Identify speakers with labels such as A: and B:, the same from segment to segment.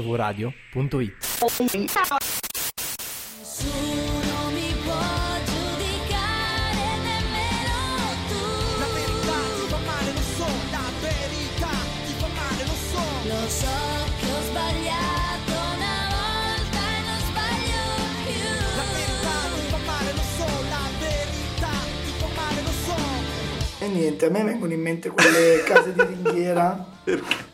A: mvradio.it.
B: Nessuno mi può giudicare, nemmeno tu.
C: La verità ti fa male, lo so, la verità ti fa male, lo so.
B: Lo so che ho sbagliato una volta e non sbaglio
C: La verità ti
B: più.
C: fa male, lo so, la verità ti fa male, lo so.
D: E niente, a me vengono in mente quelle case di ringhiera.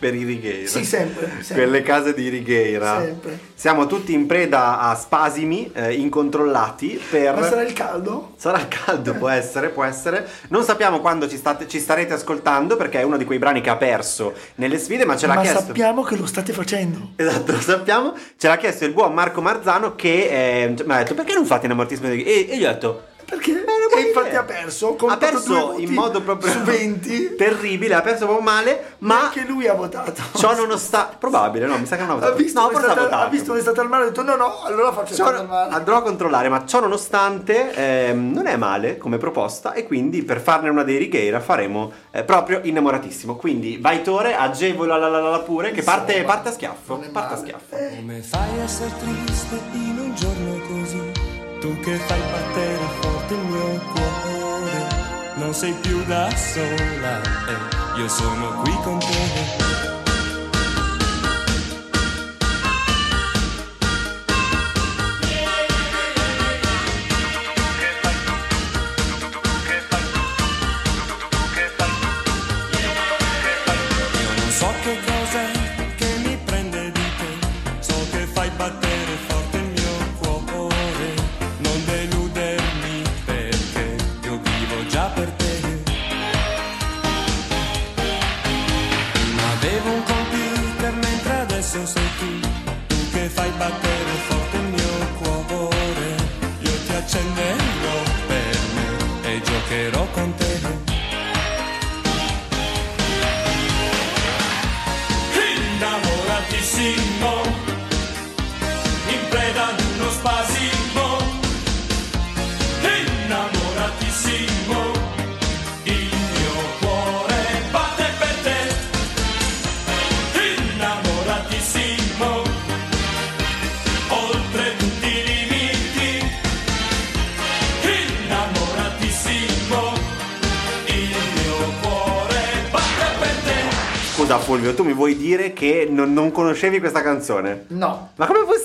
E: Per i righeira.
D: Sì, sempre, sempre.
E: Quelle case di righeira.
D: Sempre.
E: Siamo tutti in preda a spasimi eh, incontrollati per...
D: Ma sarà il caldo?
E: Sarà il caldo, può essere, può essere. Non sappiamo quando ci, state- ci starete ascoltando perché è uno di quei brani che ha perso nelle sfide, ma ce l'ha
D: Ma
E: chiesto.
D: sappiamo che lo state facendo.
E: Esatto, lo sappiamo. Ce l'ha chiesto il buon Marco Marzano che eh, mi ha detto perché non fate un ammortismo di... E, e gli ho detto...
D: Perché?
E: "È una buona
D: E infatti
E: idea".
D: ha perso. ha
E: Ha
D: contato due
E: perso
D: voti
E: in modo proprio...
D: Su 20.
E: Terribile, ha perso proprio male, ma...
D: Anche lui ha votato.
E: Ciò nonostante... Probabile, no, mi sa che non ha votato.
D: Ha visto,
E: no,
D: come è
E: forse ha
D: stata, ha
E: votato.
D: visto come è stata al mare e ha detto no, no, allora faccio
E: Ciò-
D: il mare.
E: andrò a controllare, ma ciò nonostante ehm, non è male come proposta e quindi per farne una dei Righeira faremo eh, proprio innamoratissimo. Quindi vai Tore, agevola la la la la pure che parte,
D: Insomma,
E: parte a schiaffo,
D: non è
E: parte a
D: male.
E: schiaffo.
F: Come fai a essere triste in un giorno così? Tu che fai battere forte il mio cuore, non sei più da sola e io sono qui con te. Io non so che cos'è che mi prende di te, so che fai battere forte il mio cuore, non deludermi perché io vivo già per te. Prima avevo un computer mentre adesso sei tu Tu che fai battere forte il mio cuore Io ti accenderò per me e giocherò con te Innamoratissimo In preda ad uno spasimo Innamoratissimo Il mio cuore batte per te innamoratissimo, oltre tutti i limiti, innamoratissimo, il mio cuore batte per te.
E: Scusa Fulvio, tu mi vuoi dire che non, non conoscevi questa canzone?
D: No,
E: Ma com'è possibile?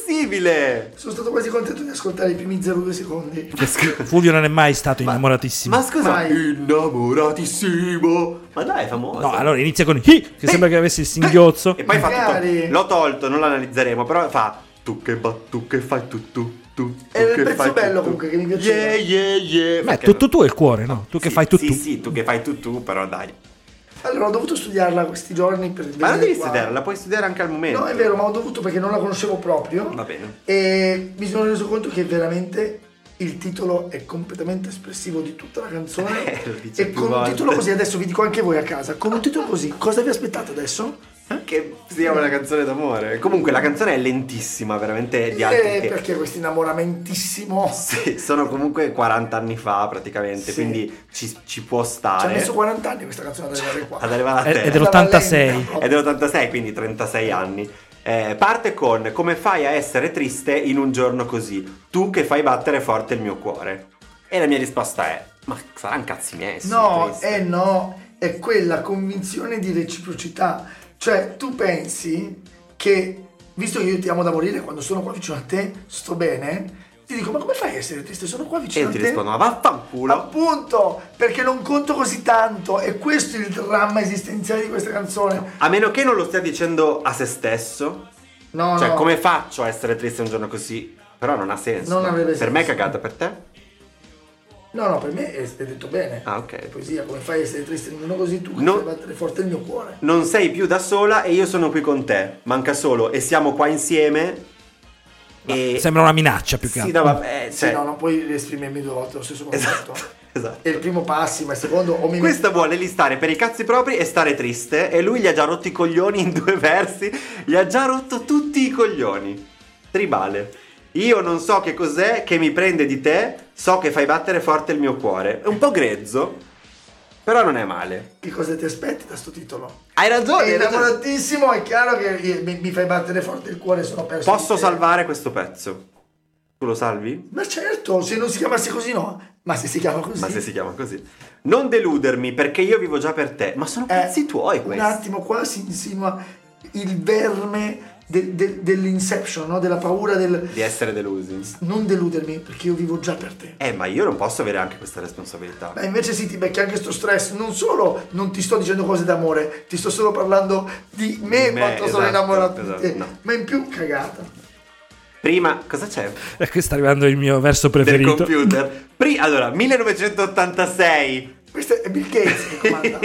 D: sono stato quasi contento di ascoltare i primi 0,2 secondi.
A: Fulvio non è mai stato innamoratissimo.
E: Ma scusa,
D: Mai.
E: innamoratissimo. Ma Eh. dai, è famoso.
A: No, allora inizia con hi, che sembra che avessi il singhiozzo.
E: E poi fa tutto.
D: Magari.
E: L'ho tolto, non l'analizzeremo, però fa. Tu che ba, tu che fai tu tu tu. tu
D: Era il
E: che
D: pezzo
E: fai,
D: bello comunque, che mi piaceva.
E: Yeah, yeah, yeah.
A: Beh,
E: Perché-
A: tutto tu è il cuore, no? Tu che
E: eh, Sì,
A: fai tutto.
E: Sì, sì, tu che fai tu tu, però dai.
D: Allora ho dovuto studiarla questi giorni per
E: Ma non
D: venire
E: devi
D: qua.
E: studiare, la puoi studiare anche al momento.
D: No, è vero, ma ho dovuto perché non la conoscevo proprio.
E: Va bene.
D: E mi sono reso conto che veramente il titolo è completamente espressivo di tutta la canzone.
E: Eh, lo dice
D: e
E: più
D: con un
E: volte.
D: titolo così, adesso vi dico anche voi a casa, con un titolo così, cosa vi aspettate adesso? Eh?
E: Che sia una canzone d'amore. Comunque la canzone è lentissima, veramente di alti
D: Eh,
E: tempi.
D: perché questo innamoramentissimo
E: Sì, sono comunque 40 anni fa praticamente,
D: Sì.
E: quindi ci, ci può
D: ci ha
E: stare
D: messo 40 anni questa canzone ad arrivare qua.
E: ad arrivare a
A: È-
E: te.
A: è dello- dell'86.
D: Stava
E: È
D: lenta.
E: dell'86, quindi 36 anni. Eh, parte con come fai a essere triste in un giorno così? Tu che fai battere forte il mio cuore. E la mia risposta è, ma saranno cazzi miei. sono
D: No,
E: triste."
D: eh no, è quella convinzione di reciprocità. Cioè, tu pensi che, visto che io ti amo da morire, quando sono qua vicino a te, sto bene, ti dico, ma come fai a essere triste? Sono qua
E: E
D: vicino
E: io
D: a
E: ti
D: te.
E: rispondo, ma vaffanculo.
D: Appunto, perché non conto così tanto. E questo è il dramma esistenziale di questa canzone.
E: A meno che non lo stia dicendo a se stesso.
D: No,
E: cioè,
D: no.
E: come faccio a essere triste un giorno così? Però non ha senso.
D: Non avrebbe
E: per me è
D: senso.
E: cagata, per te?
D: No, no, per me è, è detto bene.
E: Ah, ok.
D: È Poesia, come fai a essere triste in uno così tu che
E: No.
D: fai battere forte il mio cuore.
E: Non sei più da sola e io sono qui con te. Manca solo e siamo qua insieme. E...
A: Sembra una minaccia più che
E: eh, Sì,
A: altro.
E: no, vabbè,
D: Sì,
E: cioè...
D: no, non puoi esprimermi due volte lo stesso concetto.
E: Esatto, esatto.
D: E il primo passi, ma il secondo o mi
E: Questa vuole lì stare per i cazzi propri e stare triste e lui gli ha già rotto i coglioni in due versi, gli ha già rotto tutti i coglioni. Tribale. Io non so che cos'è che mi prende di te, so che fai battere forte il mio cuore. È un po' grezzo, Però non è male.
D: Che cosa ti aspetti da sto titolo?
E: Hai ragione,
D: È
E: hai ragione.
D: innamoratissimo, è chiaro che eh, mi, mi fai battere forte il cuore, sono perso.
E: Posso
D: di te.
E: salvare questo pezzo? Tu lo salvi?
D: Ma certo, se non si chiamasse così no. Ma se si chiama così...
E: Ma se si chiama così. Non deludermi perché io vivo già per te. Ma sono
D: Eh,
E: pezzi tuoi
D: Un
E: questi.
D: attimo, qua si insinua il verme de- de- dell'inception, no? della paura del...
E: Di essere delusi.
D: Non deludermi, perché io vivo già per te.
E: Eh, ma io non posso avere anche questa responsabilità.
D: Ma invece sì, ti becchi anche sto stress. Non solo non ti sto dicendo cose d'amore, ti sto solo parlando di me,
E: Di me,
D: quanto sono
E: esatto,
D: innamorato
E: esatto,
D: di te.
E: no.
D: Ma in più cagata.
E: Prima, cosa c'è?
A: E qui Ecco, sta arrivando il mio verso
E: Del
A: preferito.
E: computer. Pri- allora, 1986.
D: Questo è Bill Gates che comanda.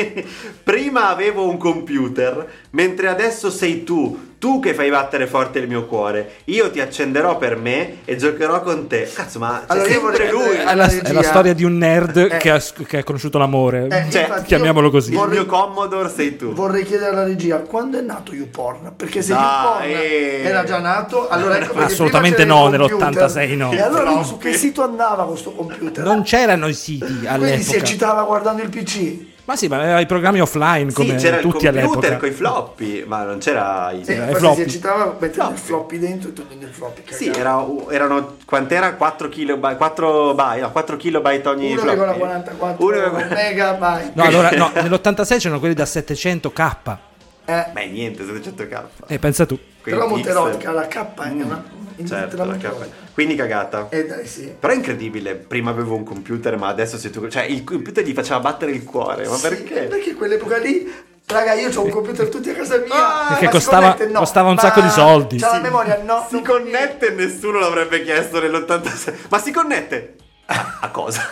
E: Prima avevo un computer, mentre adesso sei tu, tu che fai battere forte il mio cuore. Io ti accenderò per me e giocherò con te. Cazzo, ma c'è
D: Allora, io
E: sempre
D: vorrei-
E: lui.
A: È la, è la storia di un nerd
D: Eh.
A: che, ha, che ha conosciuto l'amore.
D: Eh,
E: Cioè,
D: infatti io
A: chiamiamolo così.
E: Il
D: Vorrei,
E: mio Commodore sei tu.
D: vorrei chiedere alla regia quando è nato YouPorn? Perché se
E: Dai,
D: YouPorn
E: eh.
D: era già nato, allora ecco perché
A: Assolutamente
D: prima c'era il
A: no,
D: computer.
A: nell'86 no.
D: E allora su
E: Troppi.
D: che sito andava questo computer?
A: non c'erano i siti
D: Quindi si
A: all'epoca.
D: eccitava guardando il PC.
A: Ma sì, ma aveva i programmi offline
E: Sì,
A: come
E: c'era il
A: tutti
E: computer
A: all'epoca.
E: con i floppy, ma non c'era i...
D: Sì,
A: Era i
D: infatti si
A: floppy.
D: eccitava mettendo il
E: Floppy.
D: floppy dentro e togliendo il floppy.
E: Sì,
D: cagata.
E: era- erano quant'era? 4 kilobyte, 4 byte, no, 4 kilobyte ogni floppy.
D: 1,44
E: 1,44.
D: megabyte.
A: No, allora, no, nell'86 c'erano quelli da 700k.
D: Eh,
E: Beh, niente, 700k.
A: E eh, pensa tu.
E: Quindi
D: però
E: pixel.
D: Monterotica, la K è una...
E: Certo, la K.
D: E
E: Quindi cagata.
D: eh, dai, sì.
E: Però è incredibile, prima avevo un computer, ma adesso sei tu. Cioè, il computer gli faceva battere il cuore, Eh, ma
D: Sì,
E: perché?
D: Perché quell'epoca lì... Raga, io ho un computer tutti a casa mia.
E: Ah,
D: ma
A: Perché
D: si
A: costava-
D: connette? No.
A: costava un
D: Ma
A: sacco di soldi.
D: C'ha
A: Sì.
D: la memoria? No.
E: Si connette e nessuno l'avrebbe chiesto nell'86. Ma si connette? A a cosa?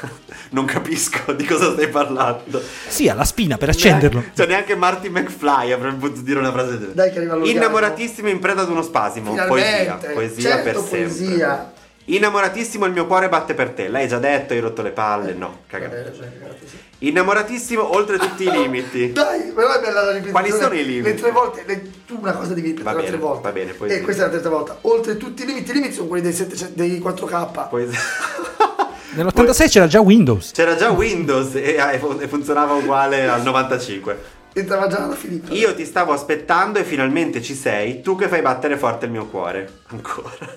E: Non capisco di cosa stai parlando.
A: Sì, ha la spina per accenderlo.
E: Cioè, neanche Marty McFly avrebbe potuto dire una frase del genere.
D: Dai che arriva l'Oriano.
E: Innamoratissimo in preda ad uno spasimo.
D: Finalmente.
E: Poesia, poesia
D: Certo,
E: per sempre.
D: poesia.
E: Innamoratissimo il mio cuore batte per te. L'hai già detto, hai rotto le palle. No, cagata.
D: Vabbè, cioè, cagate, sì.
E: Innamoratissimo oltre tutti i limiti.
D: Dai, però è bella la ripetizione.
E: Quali sono i limiti?
D: Le tre volte, le- tu una cosa devi ripetere
E: Va
D: tre
E: bene,
D: volte.
E: va bene, poi
D: E
E: sì.
D: questa è la terza volta. Oltre tutti i limiti, i limiti sono quelli dei, 700 dei 4K.
E: Poesia.
A: Nell'86 c'era già Windows.
E: C'era già Windows e e fun- e funzionava uguale al 95.
D: Entrava già la Filippa.
E: Io ti stavo aspettando e finalmente ci sei. Tu che fai battere forte il mio cuore. Ancora.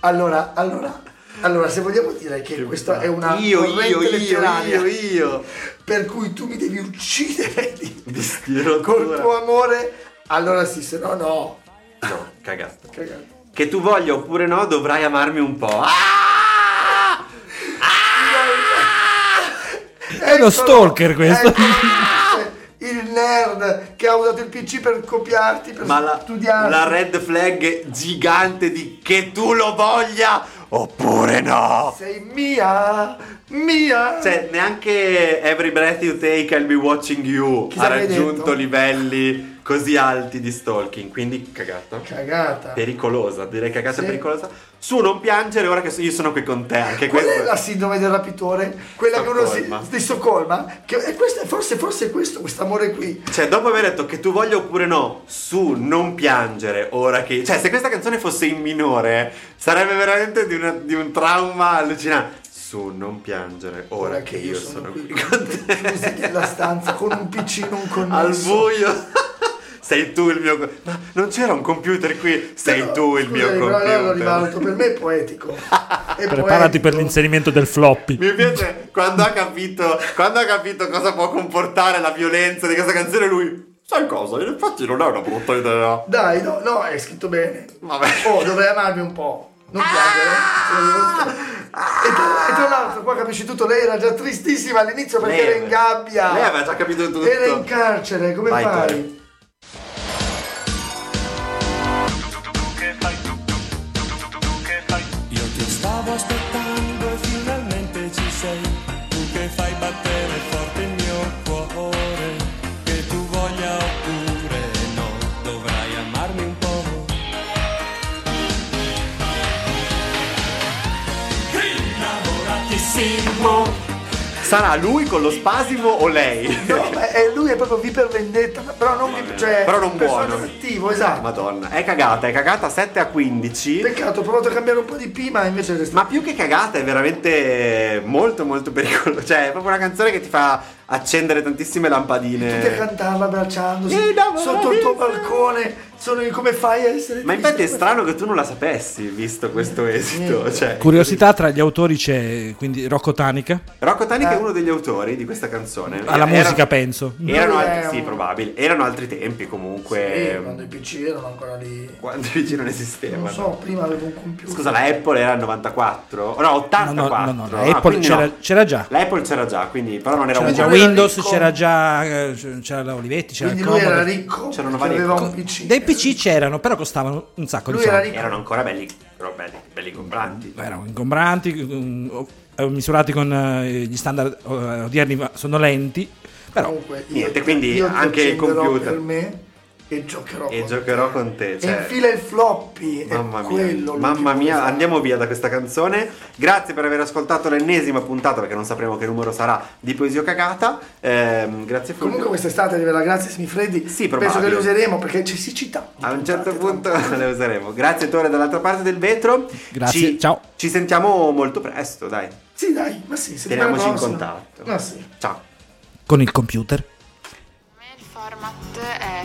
D: Allora, allora, allora, se vogliamo dire che questa è una
E: Io,
D: corrente
E: io, io,
D: letteraria
E: io, io.
D: per cui tu mi devi uccidere di-
E: Di
D: col
E: rottura.
D: tuo amore, allora sì, se no no.
E: No, cagata.
D: Cagate.
E: Che tu voglia oppure no, dovrai amarmi un po'. Ah!
A: È uno stalker questo.
D: Ecco, il nerd che ha usato il PC per copiarti, per
E: Ma la,
D: studiarti.
E: la red flag gigante di che tu lo voglia oppure no.
D: Sei mia, mia.
E: Cioè, neanche Every Breath You Take I'll Be Watching You
D: Chi
E: ha
D: sarebbe
E: raggiunto
D: detto?
E: livelli così alti di stalking, quindi cagata.
D: Cagata.
E: Pericolosa, direi cagata
D: Sì.
E: pericolosa. Su, non piangere ora che so- io sono qui con te, anche
D: Qual è
E: questo.
D: la sindrome del rapitore? Quella che
E: Stoccolma.
D: uno si, di Stoccolma? Che, e questo, forse, forse è questo, quest'amore qui.
E: Cioè, dopo aver detto che tu voglia oppure no, su, non piangere, ora che... Cioè, se questa canzone fosse in minore, sarebbe veramente di, una- di un trauma allucinante. Su, non piangere, ora, che, io sono, qui con te.
D: chiusi nella stanza con un PC non connesso.
E: Al buio. Sei tu il mio... co- Ma non c'era un computer qui? Sei
D: Però,
E: tu il mio
D: scusami, però allora lo rivaluto,
E: computer.
D: per me è poetico. È
A: Preparati per
D: poetico.
A: l'inserimento del floppy.
E: Mi piace quando ha capito, quando ha capito cosa può comportare la violenza di questa canzone, lui... Sai cosa? In effetti non è una brutta idea.
D: Dai, no, no, è scritto bene.
E: Vabbè.
D: Oh, dovrei amarmi un po'. Non
E: Ah!
D: piangere. eh. E tra, e tra l'altro, qua capisci tutto, lei era già tristissima all'inizio perché
E: Lei-
D: era in gabbia.
E: Lei aveva già capito tutto.
D: Era in carcere, come
E: Vai,
D: fai?
E: Tore.
F: Io ti stavo aspettando e finalmente ci sei, tu che fai battere forte il mio cuore, che tu voglia oppure no, dovrai amarmi un po'. Innamoratissimo,
E: Sarà lui con lo spasimo o lei?
D: No, ma è- lui è proprio vi per vendetta, ma- però non, vi, cioè,
E: Però non
D: personaggio
E: buono.
D: cattivo, esatto.
E: Madonna, è cagata, è cagata 7 a 15.
D: Peccato, ho provato a cambiare un po' di P, ma invece resta.
E: Ma più che cagata è veramente molto molto pericolosa. Cioè, è proprio una canzone che ti fa accendere tantissime lampadine.
D: Tutti a cantarla abbracciandosi
E: Eh, no, ma
D: sotto il tuo
E: bravissimo.
D: balcone. Sono io, come fai a essere
E: Ma infatti
D: triste?
E: è strano che tu non la sapessi, visto questo esito. Cioè,
A: Curiosità tra gli autori c'è quindi Rocco Tanica.
E: Rocco Tanica
D: Eh.
E: è uno degli autori di questa canzone.
A: Alla
E: Era-
A: musica, penso.
E: Erano
D: Lui è
E: altri, sì,
D: un-
E: probabili. Erano altri tempi comunque.
D: Sì, quando i PC erano ancora lì.
E: quando i PC non
D: Non
E: esistevano.
D: so, prima avevo un computer.
E: eh, Scusa, la Apple era il 94? O No, 84.
A: No, no, no, no,
E: Ah,
A: la Apple
E: quindi
A: c'era- c'era già.
E: La Apple c'era già, quindi però non era
A: C'era
E: un
A: già
D: lui era
A: Windows,
D: ricco.
A: c'era già eh, c'era la Olivetti, c'era
D: Quindi
A: il
D: lui
A: Commodore.
D: era ricco
E: C'erano
D: perché
E: vari-
D: aveva
A: Co-
D: un PC.
A: Dei PC c'erano, però costavano un sacco
D: Lui
A: di
D: era
A: soldi.
D: ricco.
E: Erano ancora belli, però belli, belli compranti.
A: Erano ingombranti, um, eh, misurati con eh, gli standard eh, odierni, ma sono lenti. Però
D: Comunque, io-
E: Niente, quindi
D: io ti
E: anche il
D: accenderò
E: computer.
D: per me e giocherò
E: E
D: con
E: giocherò
D: te.
E: con te,
D: E
E: cioè-
D: infila il floppy è
E: Mamma mia,
D: quello
E: mamma
D: l'ultimo che
A: esatto.
E: mia,
D: fa.
E: andiamo via da questa canzone. Grazie per aver ascoltato l'ennesima puntata, perché non sapremo che numero sarà di Poesia Cagata. Ehm, grazie Fulvio.
D: Comunque quest'estate arriverà grazie Semifreddi.
E: Sì,
D: Penso che
E: probabile.
D: le useremo perché c'è siccità.
E: A un certo punto le useremo. Grazie Tore dall'altra parte del vetro.
A: Grazie,
E: Ci-
A: ciao.
E: Ci sentiamo molto presto, dai.
D: Sì, dai, ma sì, settimana
E: Teniamoci in
D: prossima.
E: contatto.
A: Ah,
D: Ma sì.
E: Ciao.
A: con il computer.
G: Per me Il format è